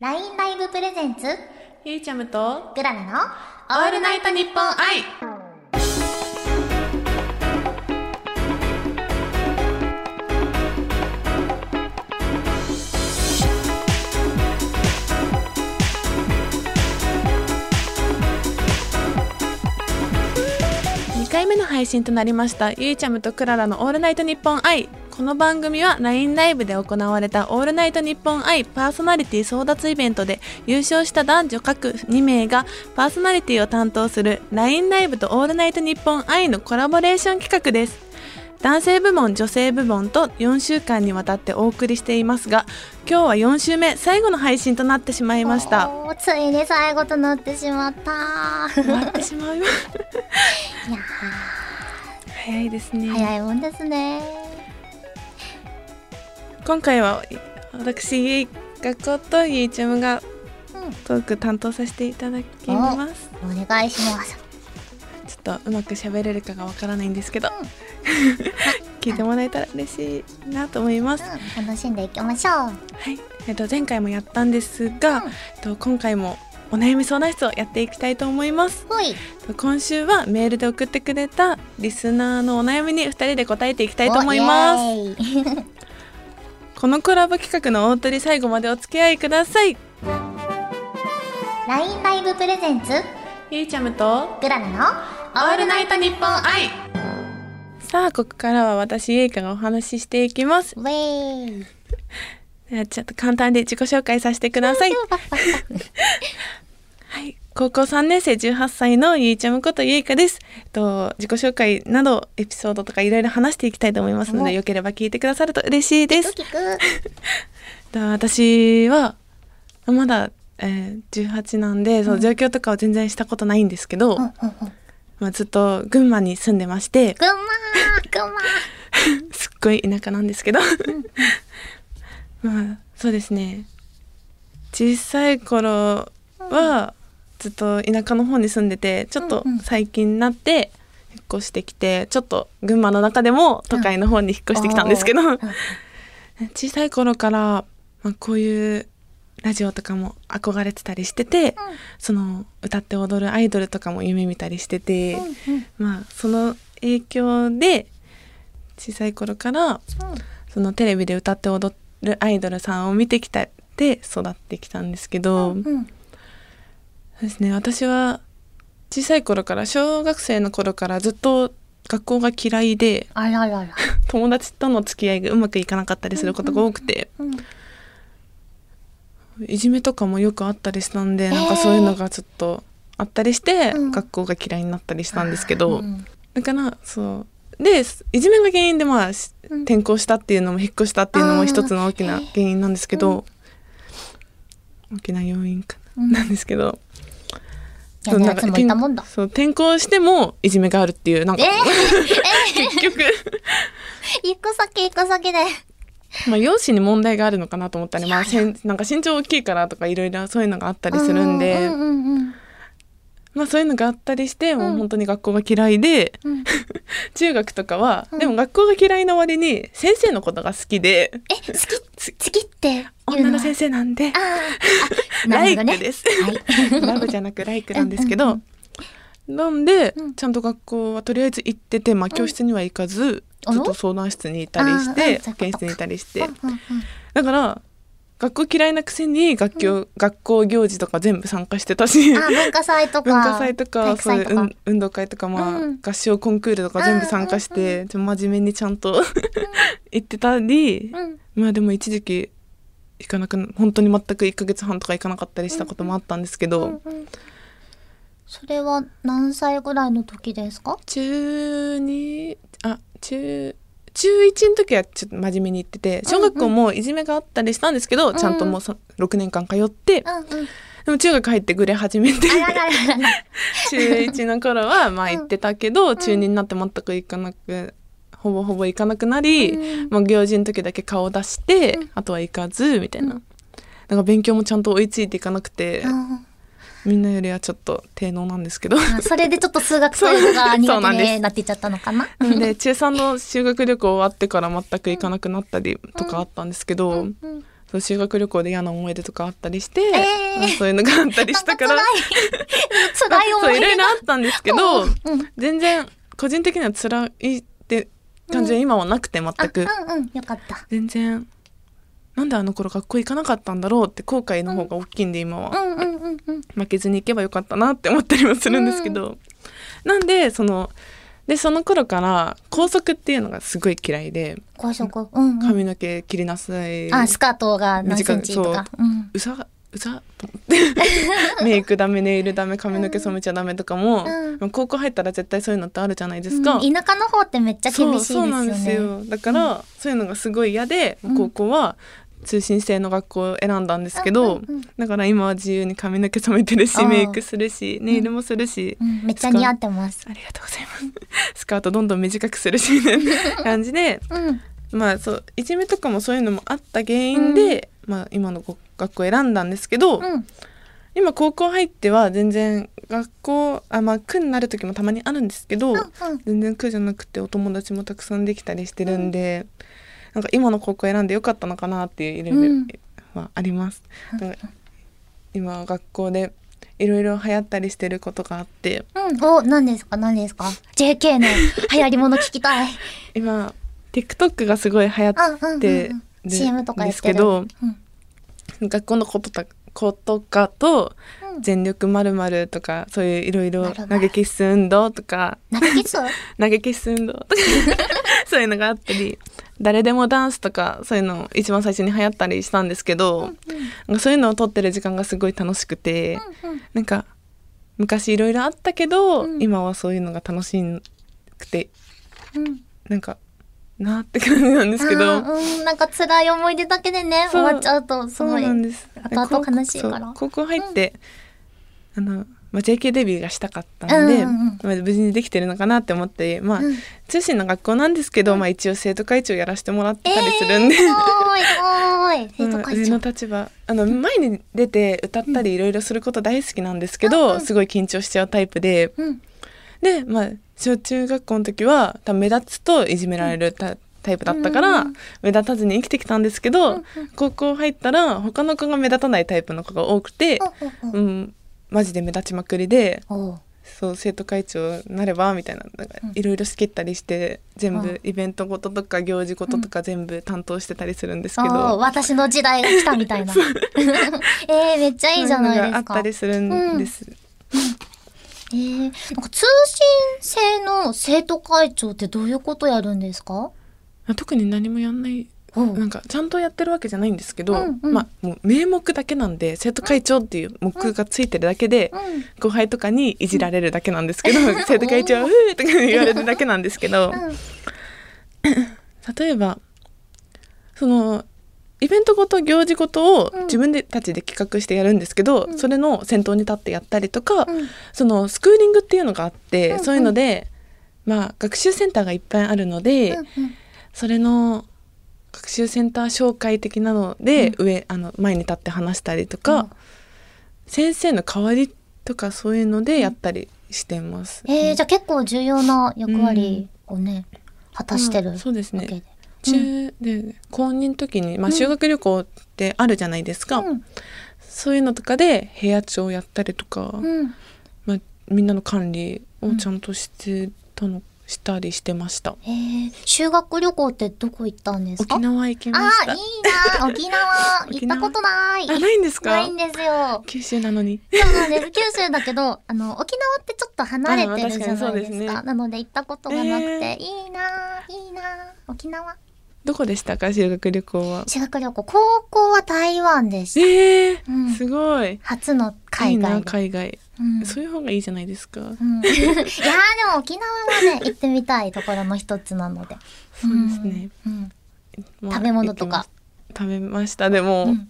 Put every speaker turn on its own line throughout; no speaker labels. LINE ライブプレゼンツ
ゆいちゃむと、
グラナの
オールナイトニッポン愛2回目の配信となりましたゆいちゃむとクララのオールナイトニッポン愛この番組は LINE ライブで行われたオールナイトニッポン愛パーソナリティ争奪イベントで優勝した男女各2名がパーソナリティを担当する LINE ライブとオールナイトニッポン愛のコラボレーション企画です男性部門女性部門と4週間にわたってお送りしていますが今日は4週目最後の配信となってしまいました
おーついに最後となってしまった ー
終わってしまう
いや
早いですね
ー早いもんですね
今回は私ゆいがことゆいちゃむが
う
トーク担当させていただきます
んお願いします
ちょっとうまく喋れるかがわからないんですけ ど、
うん
聞いてもらえたら嬉しいなと思います、
うん楽しんでいきましょう
はい、えっと前回もやったんですが、
うん
えっと今回もお悩み相談室をやっていきたいと思います
ほい
えっと今週はメールで送ってくれたリスナーのお悩みに2人で答えていきたいと思います
おイエーイ
このコラボ企画の大鳥最後までお付き合いください
LINE ライブプレゼンツ
ゆいちゃむと
グラナのオールナイ
イトニッポン愛さあここからは私ゆいかがお話ししていきます
トウェイ
ではちょっと簡単で自己紹介させてください
パッパッパッ
はい高校3年生18歳のゆいちゃむことゆいかですえっと自己紹介などエピソードとかいろいろ話していきたいと思いますの
お
でよければ聞いてくださると嬉しいで
ド
す
キ ク
では私はまだ、えー18なんでその状況とかは全然したことないんですけど、
うんうんうん
まあ、ずっと群馬に住んでまして
ぐんまーぐんまー
すっごい田舎なんですけど まあそうですね小さい頃はずっと田舎の方に住んでてちょっと
うんうん
最近になって引っ越してきてちょっと群馬の中でも都会の方に引っ越してきたんですけど
うん
小さい頃から、まあ、こういうラジオとかも憧れてたりしててその歌って踊るアイドルとかも夢見たりしてて。
うんうん
まあその影響で小さい頃からそのテレビで歌って踊るアイドルさんを見てきたで育ってきたんですけど、
うん
そう
うん
ですね私は小さい頃から小学生の頃からずっと学校が嫌いで
あららら
友達との付き合いがうまくいかなかったりすることが多くて、
うん
いじめとかもよくあったりしたんで、なん
えー
かそういうのがちょっとあったりして、
うん
学校が嫌いになったりしたんですけど、
うん
だからそうでいじめが原因でまあし
うん
転校したっていうのも引っ越したっていうの
あ
も
ー
一つの大きな原因なんですけど、大きな要因かな,、
うん
なんですけど
嫌なやつもいたもんだ
そう転校してもいじめがあるっていうなん
え
か
ー、
結局
えー、行く先行く先で。
まあ容姿に問題があるのかなと思ったり、まあ、
いや
せんなんか身長大きいからとかいろいろそういうのがあったりするんで、
うんうんうん
まあ、そういうのがあったりして、もううん本当に学校が嫌いで
うん。
中学とかは、
うん
でも学校が嫌いな割に先生のことが 好きで
え、好き、好きっていうのは。
女の先生なんで
あーあ、な
ラ
るほ
イ
どね。
クです。
はい。
ラブじゃなくライクなんですけ
うん
ど、なんで、
うん
ちゃんと学校はとりあえず行ってて、まあ、教室には行かず、
あ
ち
ら
ょっと相談室にいたりして
あーうんそういうこと
保健室にいたりして
うんうんうん
だから学校嫌いなくせに学校,、学校行事とか全部参加してたし
あー、文化祭とか。
文化祭と
体
か
育
そうい
祭
う
とか。
運運動会とか、まあ
うん
合唱コンクールとか全部参加して、ちょ真面目にちゃんと 行ってたり、
うん。
まあでも一時期行かなくな本当に全く1ヶ月半とか行かなかったりしたこともあったんですけど。
うんうんそれは何歳ぐらいの時ですか
中2あ中中1の時はちょっと真面目に行ってて小学校もいじめがあったりしたんですけど、
うん
ちゃんともうさ6年間通って、
うんうん。
でも中学入ってグレ始めて
あらららら ら。
中1の頃はまあ
うん
行ってたけど、中2になって全く行かなくほぼほぼ行かなくなり、
うん
もう行事の時だけ顔出して、
うん
あとは行かずみたいな。
う
なんか勉強もちゃんと追いついていかなくて、
うん
みんなよりはちょっと低能なんですけど
あそれでちょっと数学というのが
そうそうな
苦
ん
手
です
になっていっちゃったのかな。
なので中3の修学旅行終わってから全く行かなくなったりとかあったんですけど、
うん
そう修学旅行で嫌な思い出とかあったりして、
えー
まあそういうのがあったりしたか
な
ら
んか辛い辛い
そ
思
う
い
いろ
出
いろあったんですけど、
うんうん
全然個人的には辛いって感じは今はなくて全
あ
く、
うんうんよかった
全然なんであの頃学校行かなかったんだろうって後悔の方が大きいんで今は、
うんうんうんうん
負けずに行けばよかったなって思ったりもするんですけど、なんでそのでその頃から校則っていうのがすごい嫌いで
高所高うんうん
髪の毛切りなさい、
あスカートが何センチと
短
か
い
うん
うざうざと思って メイクダメネイルダメ髪の毛染めちゃダメとかも、
うん
まあ高校入ったら絶対そういうのってあるじゃないですか、
うん田舎の方ってめっちゃ厳しいです
そうそう
よ
なんです
ね
よだから、そういうのがすごい嫌で
うん
高校は通信制の学校を選んだんですけど、
うんうんうん
だから今は自由に髪の毛染めてる
あ
し
ー
メイクするしネイルもするし、
うんめっちゃ似合ってます
ありがとうございます スカートどんどん短くするしみたい な感じで
うん
まあそういじめとかもそういうのもあった原因で、まあ、今のご学校を選んだんですけど、
うん
今高校入っては全然学校あまあ苦になる時もたまにあるんですけど、
うんうん
全然苦じゃなくてお友達もたくさんできたりしてるんで、なんか今の高校選んでよかったのかなっていう意
うん
味ではあります。だから今学校でいろいろ流行ったりしてることがあって
うん、お、何ですか何ですか ?JK の流行り物聞きたい。
今 TikTok がすごい流行っ
あ、うん、うん、
て
うん。
る
CM とかや
で
っ
す
て
け
る。
ど
うん、
学校のこととことかと「全力まるまるとかそういういろいろ
〇〇
投げキッス運動とか
投げキス
投げキッス運 動とかそういうのがあったり誰でもダンスとかそういうの一番最初に流行ったりしたんですけど、なんかそういうのを撮ってる時間がすごい楽しくて、なんか昔いろいろあったけど、
うん
今はそういうのが楽しくて
うん。
なんかなって感じなんですけ
あ
ど。
ーうん、なんか辛い思い出だけでね、
そ
終
う
わっちゃうと、す
そ
ご
う
い。
なんです
後々悲しいから
そう高校入って、あのまあ、JK デビューがしたかったんで、
うんうんうん
まあ、無事にできてるのかなって思って、まあ
うん
通信の学校なんですけど、まあ、一応生徒会長やらせてもらってたりするんで、
えー、おーい、おーい。生徒
まあ
会
上
長
の。立場あの前に出て歌ったりいろいろすること大好きなんですけど、
うんうん
すごい緊張しちゃうタイプで
うん。
で、まあ、小中学校の時は多分目立つといじめられるタ,、タイプだったか
う
ら
ん
目立たずに生きてきたんですけど、
うんうん
高校入ったら他の子が目立たないタイプの子が多くて、
お
う
ー
ん、マジで目立ちまくりで
おー
そう生徒会長になればみたいななんか
うん
いろいろ仕切ったりして全
ああ
部イベントごととか行事ごととか全部担当してたりするんです
お
け
ー
ど、
私の時代が来たみたいな。 えー、めっちゃいいじゃない
そう
で
うの
す
が
か。
あったりするんです。
えー、なんか通信制の生徒会長ってどういうことやるんですか
特に何もやんない
おう
なんかちゃんとやってるわけじゃないんですけど、
うんうん
まあもう名目だけなんで生徒会長っていう目がついてるだけで、
うん
後輩とかにいじられるだけなんですけど、生徒会長は「うー」とか言われるだけなんですけど、
うん
例えばそのイベントごと行事ごとを
うん
自分たちで企画してやるんですけど、
うん
それの先頭に立ってやったりとか、
うん
そのスクーリングっていうのがあって、
うん
そういうので、まあ、学習センターがいっぱいあるので、
うんうん
それの学習センター紹介的なので、上あの前に立って話したりとか、
うん
先生の代わりとかそういうのでやったりしてます。
えー、じゃあ結構重要な役割をね、果たしてる
ま
わ
あそうです
けで
ね。中で高2の時に、まあ、修学旅行ってあるじゃないですか、
うん
そういうのとかで部屋長をやったりとか、
うん
まあ、みんなの管理をちゃんとしてたの、したりしてました
えー、修学旅行ってどこ行ったんですか
沖縄行きま
あ
した
ーいいなー沖縄行
沖
った
縄
ことない
あないんですか
ないんですよ
九州なのに
そうなんです九州だけどあの沖縄ってちょっと離れてるじゃ
あー確か
ない
にそう
で
ですす
か
ね
なので行ったことがなくて、
え
いいなーいいなー沖縄
どこでしたか修学旅行は
修学旅行高校は台湾でした
えー
うん
すごい
初の海
いい
外
な
で
海外、
うん
そういう方がいいじゃないですか、
うん、 いやーでも沖縄はね行ってみたいところの一つなので
そうですね、
うん
まあ
食べ物とか
行きま食べましたでも、
うん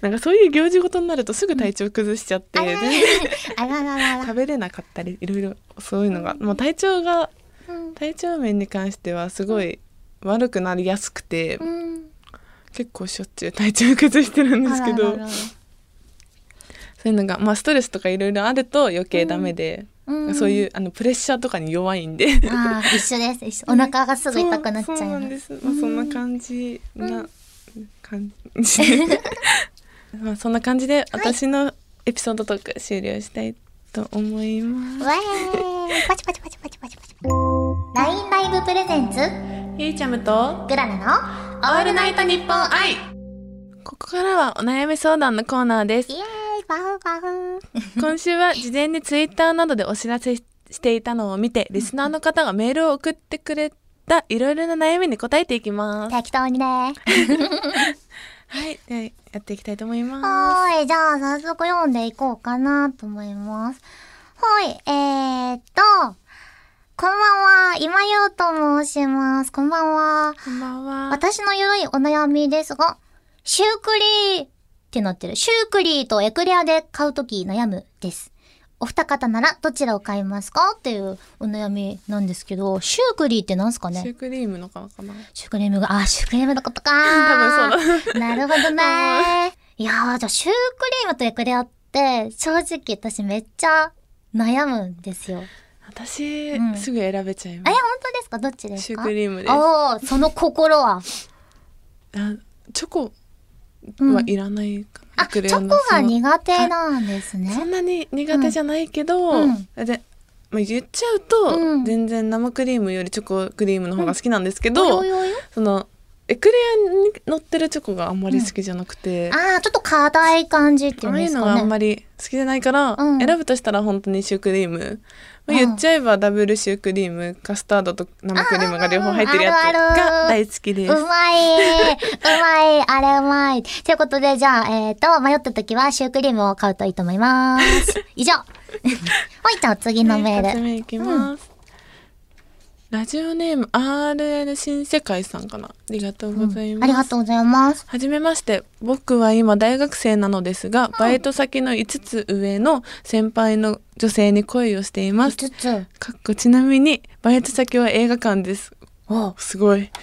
なんかそういう行事ごとになるとすぐ体調崩しちゃって、
あらら
全然
あらららら
食べれなかったりいろいろそういうのが、もう体調が
うん
体調面に関してはすごい悪くなりやすくて、
うん
結構しょっちゅう体調崩してるんですけど
あらららら
そういうのがまあストレスとかいろいろあると余計ダメで、
うん
そういうあのプレッシャーとかに弱いんで
あー一緒です一緒お腹がすぐ痛くなっちゃい
そう
ま
そうな
す
んです、まあ、そんな感じな感じ まあそんな感じで私のエピソードトーク終了したいと思います、
わーいパチパチパチパチパチパチ LINE ライブプレゼンツ
ゆいちゃむと
グラナのオールナイトニッポン愛イ
ここからはお悩み相談のコーナーです
エーイバウバウ
今週は事前にツイッターなどでお知らせしていたのを見てリスナーの方がメールを送ってくれたいろいろな悩みに答えていきます
適当にね
はいではやっていきたいと思います
はーい、じゃあ早速読んでいこうかなと思います。はい、えーっと、こんばんは、今ようと申します。こんばんは。
こんばんは
私のゆるいお悩みですが、シュークリーってなってる。シュークリーとエクレアで買うとき悩むです。お二方ならどちらを買いますかっていうお悩みなんですけど、シュークリーってなんすかね
シュークリームの顔かな
シュークリームが、あ、シュークリームのことか。
多分
そうなるほどね。いやー、じゃあシュークリームとエクレアって、正直私めっちゃ悩むんですよ。
私、
うん
すぐ選べちゃい
え、
ま
本
す
当ですかどっちですか
シュークリームです
おー、その心は。
あチョコ
うん
はいらないかな、
あ、
エ
チ
クレア
ョ
の
コが苦手なんです
そのそ
ね。
んなに苦手じゃないけど、
うん
でまあ、言っちゃうと、
うん
全然生クリームよりチョコクリームの方が好きなんですけど、
およよよ
そのエクレアに乗ってるチョコがあんまり好きじゃなくて、
あー、ちょっと硬い感じってい
あ
うん
あい
で
う
す
のがあ
か
ん
ね。
まり好きじゃないから、
うん
選ぶとしたら本当にシュークリーム、まあ、
うん
言っちゃえばダブルシュークリームカスタードと生クリームが両方入ってるやつ
あるある
が大好きです
うまいうまいあれうまいということで、じゃあ、えっ、と、迷った時はシュークリームを買うといいと思い ます。以上。はい、じゃあ次のメ
二
ー
つ
ル。
目いきます、ラジオネーム RL 新世界さんかなありがとうございます、
ありがとうございます。
はじめまして僕は今大学生なのですがバイト先の5つ上の先輩の女性に恋をしています
5つ。
かっこちなみにバイト先は映画館です
お
すごい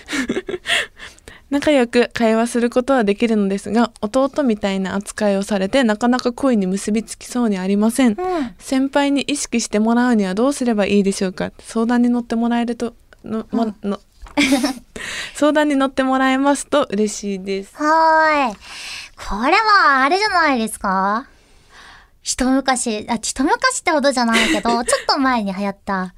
仲良く会話することはできるのですが弟みたいな扱いをされてなかなか恋に結びつきそうにありませ
う
ん
ん。
先輩に意識してもらうにはどうすればいいでしょうか相談に乗ってもらえるとの、も の相談に乗ってもらえますと嬉しいです
はーい。これは、あれじゃないですか一昔、あ、一昔ってほどじゃないけど、ちょっと前に流行った。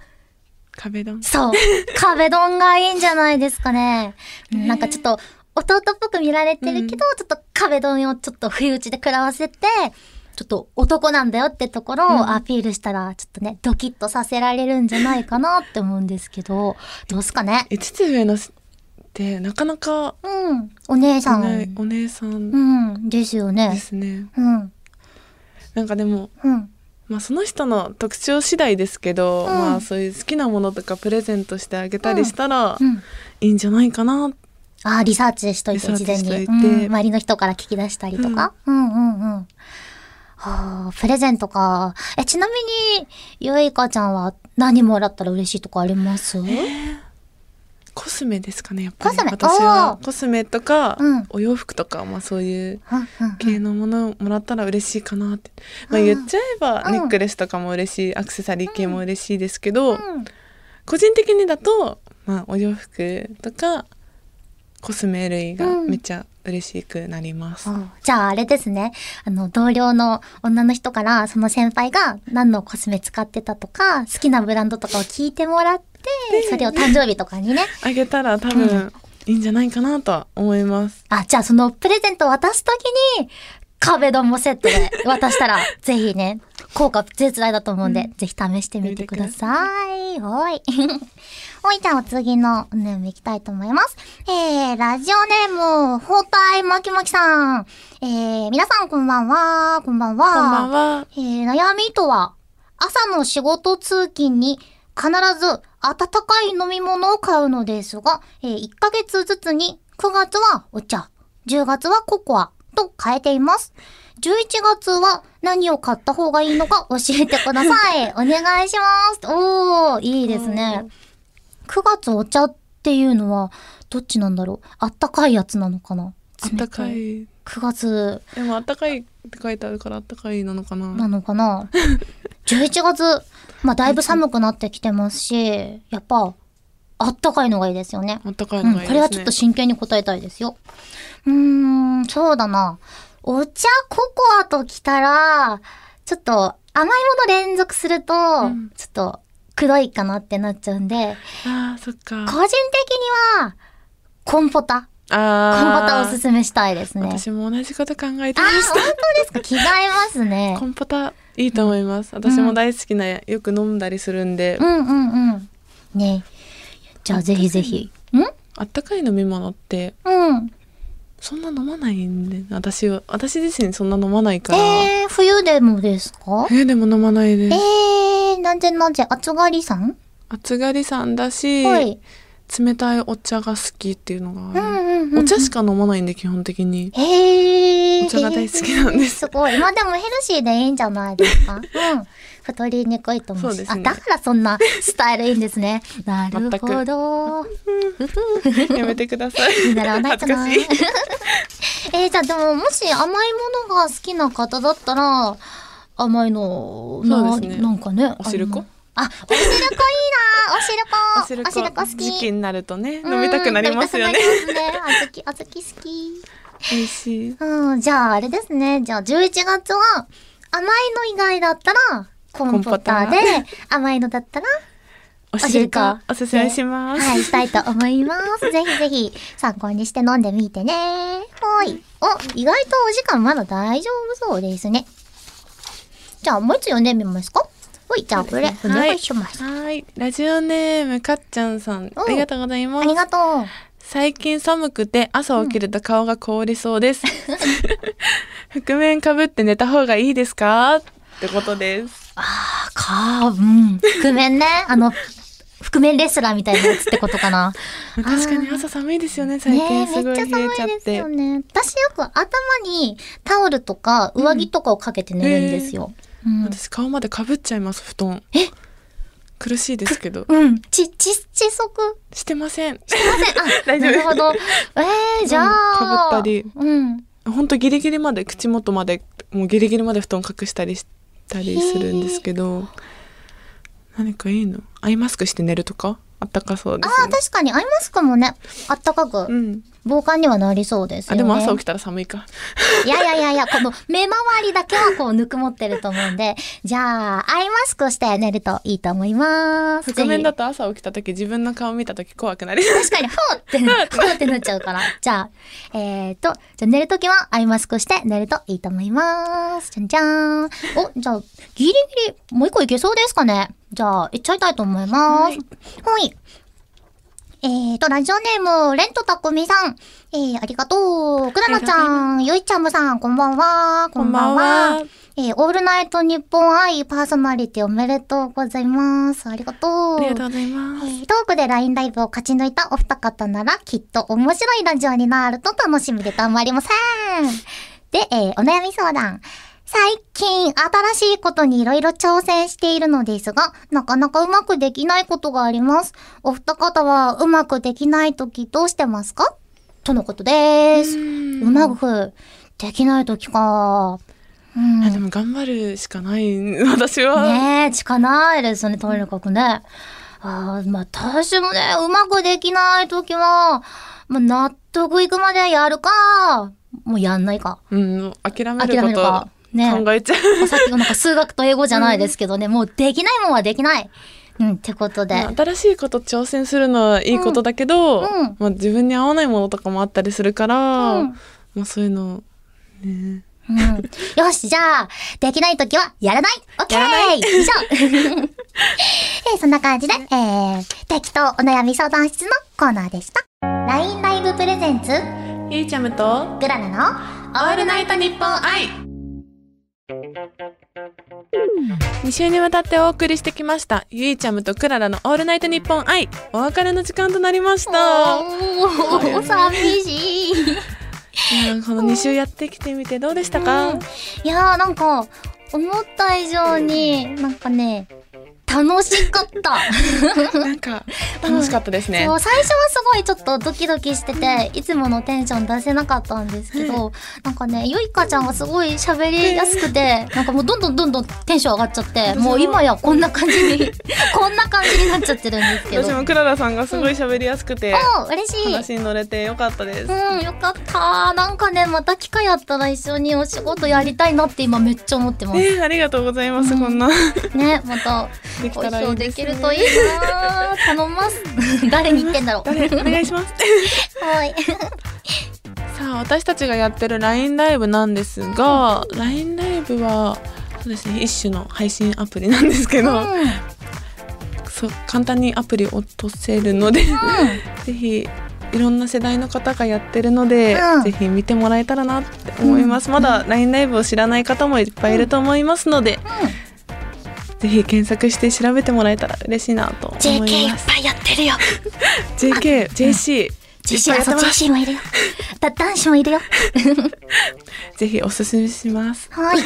壁ドン
そう。壁ドンがいいんじゃないですかね。うんなんかちょっと、弟っぽく見られてるけど、ちょっと壁ドンをちょっと不意打ちで食らわせて、ちょっと男なんだよってところをアピールしたら、ちょっとね、ドキッとさせられるんじゃないかなって思うんですけど、どうすかね
5つ上のってなかなか
うん。お姉さ
いない
ん。
お姉さん
うん。ですよ
で
ね。
すね
うん。
なんかでも
うん。
まあ、その人の特徴次第ですけど、
ん
まあそういう好きなものとかプレゼントしてあげたりしたら
うん。
いいんじゃないかな、
ああ、リサーチしといて、
リサー
事
チ
前
しと
に。
いて
うん周りの人から聞き出したりとか。うん、うん、うんうん。はあ、プレゼントか。え、ちなみに、ゆいかちゃんは何もらったら嬉しいとかあります
コスメですかねやっぱり
コスメ
私
お
は
ー
コスメとか、
うん
お洋服とか、まあ、そういう
うんうんうん
系のものをもらったら嬉しいかなって、まあ、
うん
言っちゃえば
うん
ネックレスとかも嬉しいアクセサリー系も嬉しいですけど、
うん
個人的にだと、まあ、お洋服とかコスメ類がめっちゃ嬉しくなります。
あじゃああれですね。あの、同僚の女の人から、その先輩が何のコスメ使ってたとか、好きなブランドとかを聞いてもらって、それを誕生日とかにね。
あげたら多
う
分いいんじゃないかなとは思います。
あ、じゃあそのプレゼントを渡すときに、壁ドンもセットで渡した ら、ぜひね、効果絶大だと思うんで、ぜひ試してみてください。はい。 おい、じゃあお次のお悩みいきたいと思います。えー、ラジオネーム、包帯まきまきさん。えー、皆さんこんばんは、こんばんは。
こんばんは。
えー悩みとは、朝の仕事通勤に必ず温かい飲み物を買うのですが、えー1ヶ月ずつに9月はお茶、10月はココアと変えています。11月は何を買った方がいいのか教えてください。お願いします。おー、いいですね。9月お茶っていうのは、どっちなんだろうあったかいやつなのかな
あったか。い。
9月
でもあったかいって書いてあるからあったかいなのかな。
なのか な11月、まあ、だいぶ寒くなってきてますしやっぱあったかいのがいいですよね
あったかい
うん
のがいいで
こ
すね。
れはちょっと真剣に答えたいですよ。うーん、そうだな。お茶、ココアときたら、ちょっと甘いもの連続すると、
ん
ちょっと、くどいかなってなっちゃうんで、
あー、そっか。
個人的には、コンポタ。コンポタ
あ
お
ー
すすめしたいですね。
私も同じこと考えて
あー、
まし
本当 ですか着替えます
た。
ね
コ。ンポタいいと思います。私も大好きなやよく飲んだりするんで、
うんうんうん。ねじゃあぜひぜひ。ん
あったかい飲み物って
うん。
そんな飲まないんで、私は私自身そんな飲まないから。え
えー、冬でもですか
ーでも飲まないで
え
す。
ー、なんぜなんぜ、暑がりさん
暑がりさんだし、
はい。
冷たいお茶が好きっていうのがあ
う
る。
んうんうん。
お茶しか飲まないんで基本的に。
えー、
お茶が大好きなんで す
すごい。まあでもヘルシーでいいんじゃないですか。うん。太りにくいと思うし。
そうです
あ、
ね
だからそんなスタイルいいんですね。なるほど。
やめてください。
ならないかな。
恥ずかしい。
えー、じゃあでももし甘いものが好きな方だったら甘いのな
そうですね
なんかね
お汁粉
あのあお汁粉いいなお汁粉
お汁粉
お汁粉好き
時期になるとね飲みたくなりますよね。
うん飲みたくなりますねあずきあずき好き
美味しい。
うんじゃああれですねじゃあ11月は甘いの以外だったらコンポターで
コ
甘いのだったら
お
お汁
汁
粉
粉おすすめします。
はい、したいと思い ます。ぜひぜひ参考にして飲んでみてね。はい。お、意外とお時間まだ大丈夫そうですね。じゃあもう一つ読んでみますかほい、じゃあこれお願いします。
はい。ラジオネーム、かっちゃんさん。
お
ありがとうございま
あり
す。
がとう。
最近寒くて朝起きると顔が凍 りそうです。覆面かぶって寝た方がいいですかってことです。
あー、かー、うん。覆面ね。あの、覆面レスラーみたいなやつってことか な。
確かに朝寒いですよね、最
ね
近。
え
すご
め
い
っ
冷
ちゃ
えちゃっ
寒いです
て
よ。ね。私よく頭にタオルとか上着とかをかけて寝るんですよ。うん
私顔までかぶっちゃいます、布団。
え
苦しいですけど。
うん。ち、ち、窒息
してません。
あ、
大
な
丈夫
るほど。えー、じゃあ。
うんかぶったり
うん。
ほんとギリギリまで、口元まで、もうギリギリまで布団隠したりしたりするんですけど、何かいいのアイマスクして寝るとかあったかそう
あ
ですよ
ー、
ね。
確かにアイマスクもね、あったかく、
うん。
防寒にはなりそうですよ
あ、
ね。
でも朝起きたら寒いか。
いやいやいやいや、この目周りだけはこうぬくもってると思うんで、じゃあ、アイマスクをして寝るといいと思います。
覆面だ
ぜ
と朝起きた時自分の顔見た時怖くなり
ひ確かに、ほうって、ほうってなっちゃうから。じゃあ、えーと、じゃあ寝るときはアイマスクして寝るといいと思います。じゃんじゃーん。お、じゃあ、ギリギリ、もう一個いけそうですかね。じゃあ、いっちゃいたいと思います。
はい
ほい。えーと、ラジオネーム、レントタコミさん。えー、ありがとう。くらなちゃん、ゆいちゃむさん、こんばんは。
こんばんは。
えー、オールナイト日本愛パーソナリティおめでとうございます。ありがとう。
ありがとうございま
え
す。
ートークで LINE ライブを勝ち抜いたお二方なら、きっと面白いラジオになると楽しみでたまりません。で、えーお悩み相談。最近、新しいことにいろいろ挑戦しているのですが、なかなかうまくできないことがあります。お二方はうまくできないときどうしてますかとのことです。う
う
まくできないときか。うん。
あでも頑張るしかない、 私は。
ねえ、力ないですよね、とにかくね。あーまあ、私もね、うまくできないときは、まあ、納得いくまでやるか、もうやんないか。
うん、諦め
諦め
る
る
こ
か。ね
と考えちゃう。
まあさっきのなんか数学と英語じゃないですけどね、もうできないもんはできない。うん、ってことで。
新しいこと挑戦するのはいいことだけど、
うんうん
まあ、自分に合わないものとかもあったりするから、
うん
まあ、そういうの、ね、
うん。よし、じゃあ、できないときはやらないオッケー以上えーそんな感じで、えー、適当お悩み相談室のコーナーでした。LINE ライブプレゼンツ、
ゆいちゃむと、
グラナの、オールナイトニッポン
愛2週にわたってお送りしてきました、ゆいちゃむとクララのオールナイトニッポン愛、お別れの時間となりました。
おー寂しい。
いやーこの2週やってきてみてどうでしたか、
うんいやーなんか思った以上になんかね楽楽しか った。
なんか楽しかったですね
そ。う最初はすごいちょっとドキドキしてて、いつものテンション出せなかったんですけど、なんかねゆいかちゃんがすごい喋りやすくて、なんかもうどんどんどんどんテンション上がっちゃって
私も
もう今やこんな感じにこんな感じになっちゃってるんですけど
私もクララさんがすごい喋りやすくて、
おう嬉しい
話に乗れてよかったです。
うんよかったなんかねまた機会あったら一緒にお仕事やりたいなって今めっちゃ思ってます
えーありがとうございます、
うん
こんな
ねまた
でき
ご
た
一
らい
緒
いで、
ですき
ね、
るといいなー頼ます 誰に言ってんだろう
誰お 願いします
はい
さあ私たちがやってる LINE ライブなんですが LINE ライブはそうですね一種の配信アプリなんですけ
う
ど、
ん
そう簡単にアプリを落とせるのでぜひいろんな世代の方がやってるので、
うん
ぜひ見てもらえたらなって思います、まだ LINE ライブを知らない方もいっぱいいると思いますので、ぜひ検索して調べてもらえたら嬉しいなと思
JK
い
いっ
ます
ぱいやってるよ
JK、JC いっぱ
JC
い
あそう
やってます
JC もいるよだ男子もいるよ
ぜひおすすめします
はい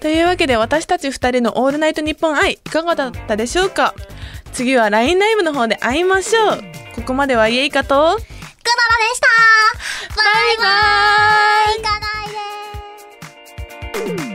というわけで私たち2人の「オールナイトニッポン愛」いかがだったでしょうか次は LINE ライブの方で会いましょうここまではイエイカと
クドラでしたバイバイ行かないで